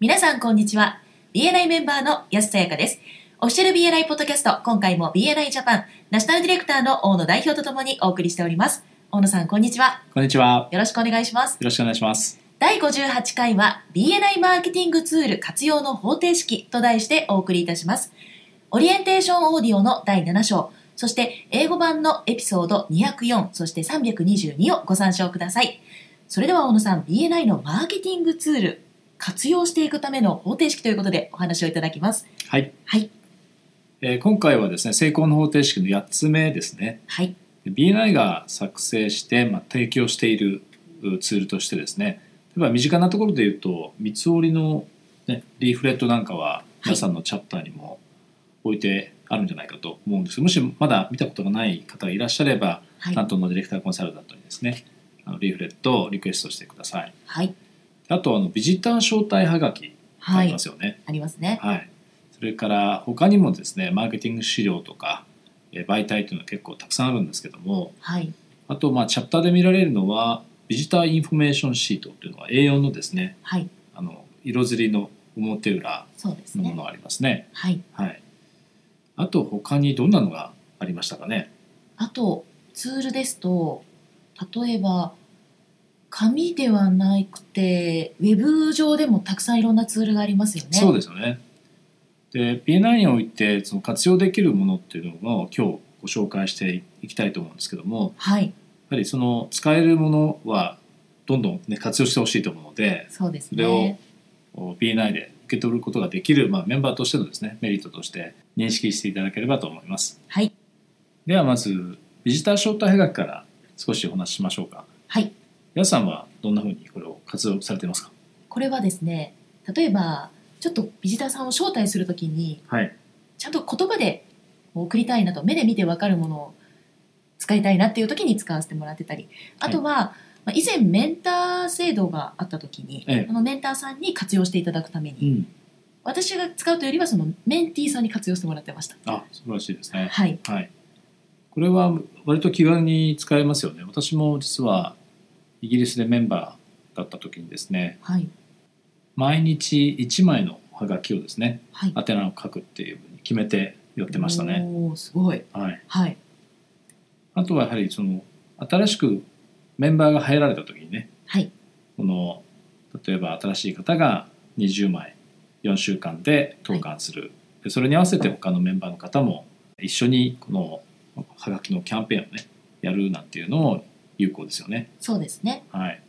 皆さんこんにちは BNI メンバーの安さやかですオフィシャル BNI ポッドキャスト今回も BNI ジャパンナショナルディレクターの大野代表とともにお送りしております大野さんこんにちはこんにちは。よよろしくお願いしますろしくお願いします。第58回は BNI マーケティングツール活用の方程式と題してお送りいたします。オリエンテーションオーディオの第7章、そして英語版のエピソード204、そして322をご参照ください。それでは大野さん、BNI のマーケティングツール、活用していくための方程式ということでお話をいただきます。はい、はい、えー今回はですね、成功の方程式の8つ目ですね。はい、 BNI が作成して、まあ、提供しているうツールとしてですね、例えば身近なところで言うと、三つ折りの、ね、リーフレットなんかは、皆さんのチャッターにも置いてあるんじゃないかと思うんですけど、もしまだ見たことがない方がいらっしゃれば、はい、担当のディレクターコンサルタントにですね、あのリーフレットをリクエストしてください。はい、あとあのビジター招待はがきあはりいま、すよね。ありますね。はい、それから他にもですねマーケティング資料とかえー媒体というのは結構たくさんあるんですけどもはい、あとまあチャプターで見られるのはビジターインフォメーションシートというのは A4 のですねはい、あの色づりの表裏そうですのもねの。がありますね。はい、はい、あと他にどんなのがありましたかねあとツールですと例えば紙ではなくてウェブ上でもたくさんいろんなツールがありますよね。そうですよね。で B9 においてその活用できるものっていうのを今日ご紹介していきたいと思うんですけども、はい、やはりその使えるものはどんどん、ね、活用してほしいと思うのでそうですそれをね。 B9 で受け取ることができる、まあ、メンバーとしてのですねメリットとして認識していただければと思いますはい、ではまずビジター招待はがきから少しお話ししましょうかはい、皆さんはどんなふうにこれを活用されていますかこれはですね例えばちょっとビジターさんを招待するときにはいちゃんと言葉で送りたいなと目で見てわかるものを使いたいなっていうときに使わせてもらってたりあとは、まあ以前メンター制度があったときに、ええこのメンターさんに活用していただくためにうん私が使うというよりはそのメンティーさんに活用してもらってました。あ素晴らしいですねはい、はいこれは割と気軽に使えますよね私も実はイギリスでメンバーだった時にですねはい、毎日1枚のはがきをですねはい。アテナを書くっていうふうに決めてやってましたね。おーすごい。はい、はい、あとはやはりその新しくメンバーが入られた時にねはい、この例えば新しい方が20枚4週間で投函する、でそれに合わせて他のメンバーの方も一緒にこのはがきのキャンペーンをねやるなんていうのも有効ですよね。そうですね。はい、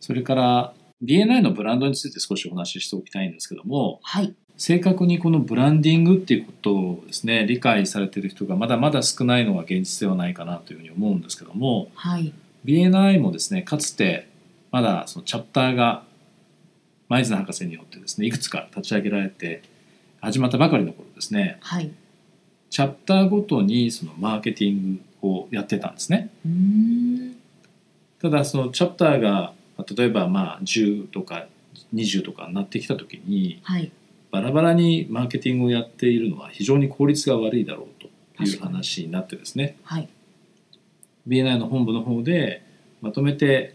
それから BNI のブランドについて少しお話ししておきたいんですけども、はい、正確にこのブランディングっていうことをですね理解されてる人がまだまだ少ないのが現実ではないかなというふうに思うんですけどもはい、 BNI もですねかつてまだそのチャプターが前津博士によってですねいくつか立ち上げられて始まったばかりの頃ですねはい。チャプターごとにそのマーケティングをやってたんですね。うーん、ただそのチャプターが例えばまあ10とか20とかになってきた時にはい、バラバラにマーケティングをやっているのは非常に効率が悪いだろうとい確うかに話になってですねはい、 BNI の本部の方でまとめて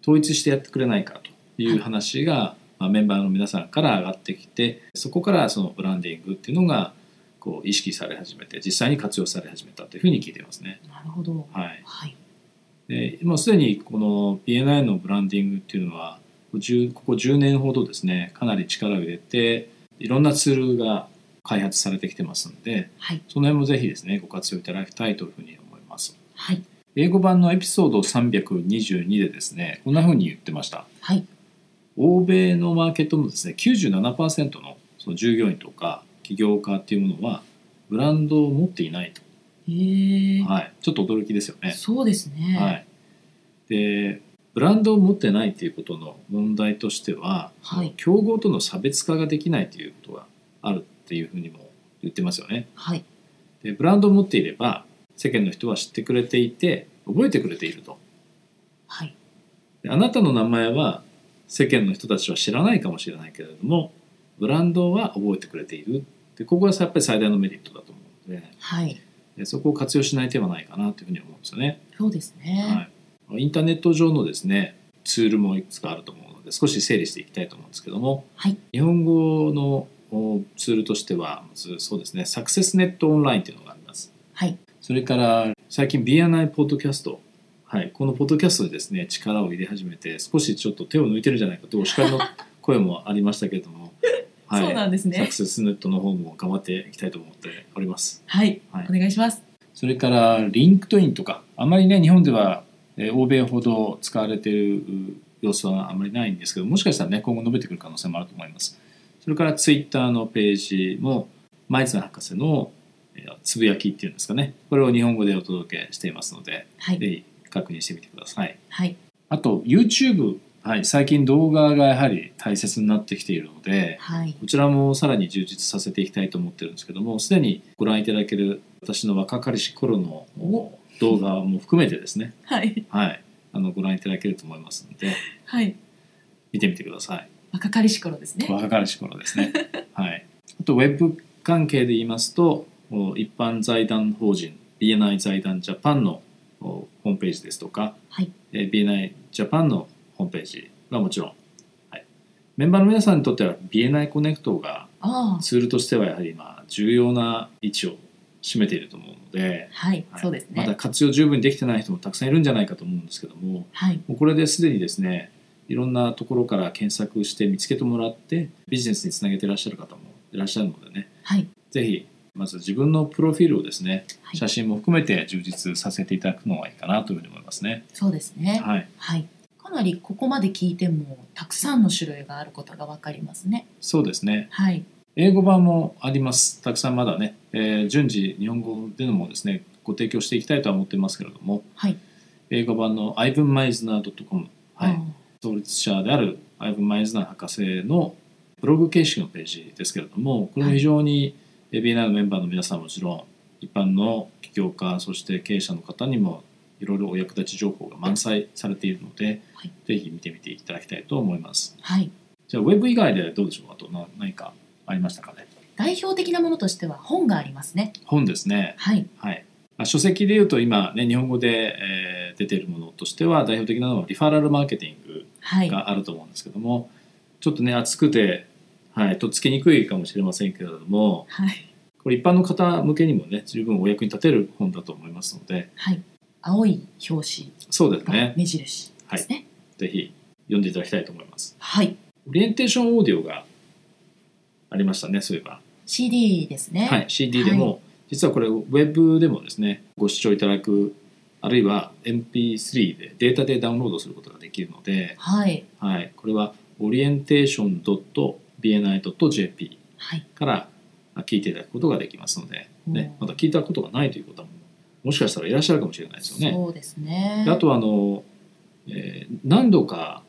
統一してやってくれないかという話が、まあ、メンバーの皆さんから上がってきてそこからそのブランディングっていうのがこう意識され始めて実際に活用され始めたというふうに聞いてますね。なるほど。はい、はい、でもうすでにこの BNI のブランディングっていうのは10ここ10年ほどですねかなり力を入れていろんなツールが開発されてきてますのではい、その辺もぜひですねご活用いただきたいというふうに思いますはい、英語版のエピソード322でですねこんなふうに言ってましたはい、欧米のマーケットのですね97%のその従業員とか起業家っていうものはブランドを持っていないと、えーはい、ちょっと驚きですよねそうですね。はい、でブランドを持ってないということの問題としては、はい競合との差別化ができないということがあるっていうふうにも言ってますよね。はい、でブランドを持っていれば世間の人は知ってくれていて覚えてくれているとはい、であなたの名前は世間の人たちは知らないかもしれないけれどもブランドは覚えてくれているでここがやっぱり最大のメリットだと思うのではい、でそこを活用しない手はないかなというふうに思うんですよね。そうですね。はい、インターネット上のですねツールもいくつかあると思うので少し整理していきたいと思うんですけども、はい日本語のおツールとしてはまずそうですねサクセスネットオンラインというのがありますはいそれから最近 BNI ポッドキャストはい、このポッドキャストでですね力を入れ始めて少しちょっと手を抜いてるんじゃないかというお叱りの声もありましたけれども、はい、 そうなんですサねクセスネットの方も頑張っていきたいと思っております。はい、はいお願いしますそれからリンクトインとかあまりね日本では、えー欧米ほど使われているう様子はあまりないんですけどもしかしたらね今後述べてくる可能性もあると思います。それからツイッターのページもマイツン博士のえーつぶやきっていうんですかねこれを日本語でお届けしていますのではぜいひ確認してみてください。はいあと YouTube、はい、最近動画がやはり大切になってきているのではいこちらもさらに充実させていきたいと思ってるんですけどもすでにご覧いただける私の若かりし頃のお動画も含めてですね、はいはい、あのご覧いただけると思いますのではい見てみてください若かりし頃ですね若かりし頃で すね、はい、あとウェブ関係で言いますとお一般財団法人 BNI 財団ジャパンのおホームページですとかはいえー BNI ジャパンのホームページはもちろん、はい、メンバーの皆さんにとっては BNI コネクトがああツールとしてはやはり今重要な位置を占めていると思うので、はい、はいそうですね、まだ活用十分にできてない人もたくさんいるんじゃないかと思うんですけどもはいもうこれですでにですねいろんなところから検索して見つけてもらってビジネスにつなげていらっしゃる方もいらっしゃるのでねはいぜひまず自分のプロフィールをですねはい写真も含めて充実させていただくのがいいかなというふうに思いますね。そうですねはいはいかなりここまで聞いてもたくさんの種類があることがわかりますねそうですね。はい英語版もあります。たくさんまだね、えー順次日本語でのもですね、ご提供していきたいとは思ってますけれども、はい英語版の ivanmeisner.com、はあい、創立者であるアイブン・マイズナー博士のブログ形式のページですけれども、これも非常に ABNI のメンバーの皆さんはもちろん、一般の起業家、そして経営者の方にもいろいろお役立ち情報が満載されているので、はいぜひ見てみていただきたいと思います。あはいじゃあ、ウェブ以外でどうでしょうあとな何かありましたかね代表的なものとしては本がありますね本ですね。はいはい。まあ書籍でいうと今ね日本語で、えー出ているものとしては代表的なのはリファラルマーケティンはいグがあると思うんですけども、ちょっとね厚くてはいとっつきにくいかもしれませんけれども、はいこれ一般の方向けにもね十分お役に立てる本だと思いますので、はい青い表紙そうですがね。目印ですねぜひ読んでいただきたいと思います。はいオリエンテーションオーディオがありましたねそういえば。 CD ですねはい、CD でも、実はこれウェブでもですねご視聴いただくあるいは MP3 でデータでダウンロードすることができるので、はいはい、これは orientation.bni.jp はいから聞いていただくことができますので、ねうまんだ聞いたことがないという方ももしかしたらいらっしゃるかもしれないですよね。そうですねであとはあの、えー何度か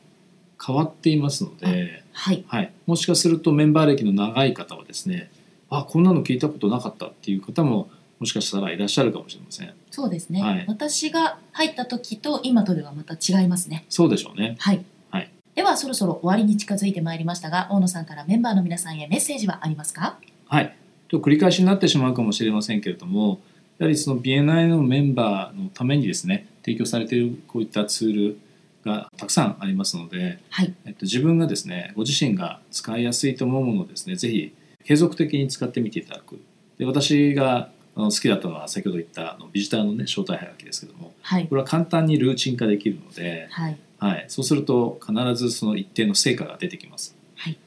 変わっていますので。はいはい、もしかするとメンバー歴の長い方はですねあこんなの聞いたことなかったっていう方ももしかしたらいらっしゃるかもしれませんそうですね、はい私が入った時と今とではまた違いますねそうでしょうねはい、はいではそろそろ終わりに近づいてまいりましたが大野さんからメンバーの皆さんへメッセージはありますかはいと繰り返しになってしまうかもしれませんけれどもやはりその BNI のメンバーのためにですね提供されているこういったツールがたくさんありますので、はいえっと、自分がですねご自身が使いやすいと思うものをですねぜひ継続的に使ってみていただくで私があの好きだったのは先ほど言ったあのビジターのね招待はがきですけどもはいこれは簡単にルーチン化できるので、はいはい、そうすると必ずその一定の成果が出てきます。はい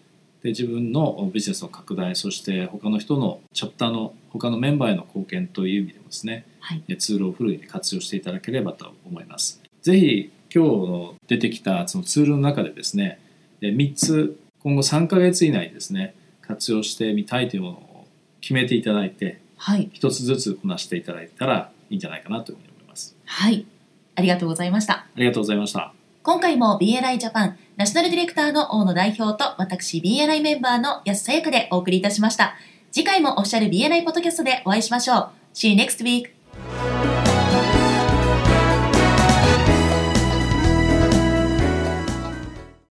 で自分のビジネスの拡大そして他の人のチャプターの他のメンバーへの貢献という意味でもですねはいえツールをフルに活用していただければと思います。ぜひ今日の出てきたそのツールの中でですねえ3つ今後3ヶ月以内にですね活用してみたいというものを決めていただいてはい1つずつこなしていただいたらいいんじゃないかなというふうに思います。はいありがとうございましたありがとうございました。今回も BNI ジャパンナショナルディレクターの大野代表と私 BNI メンバーの安さやかでお送りいたしました。次回もオフィシャル BNI ポッドキャストでお会いしましょう。See you next week!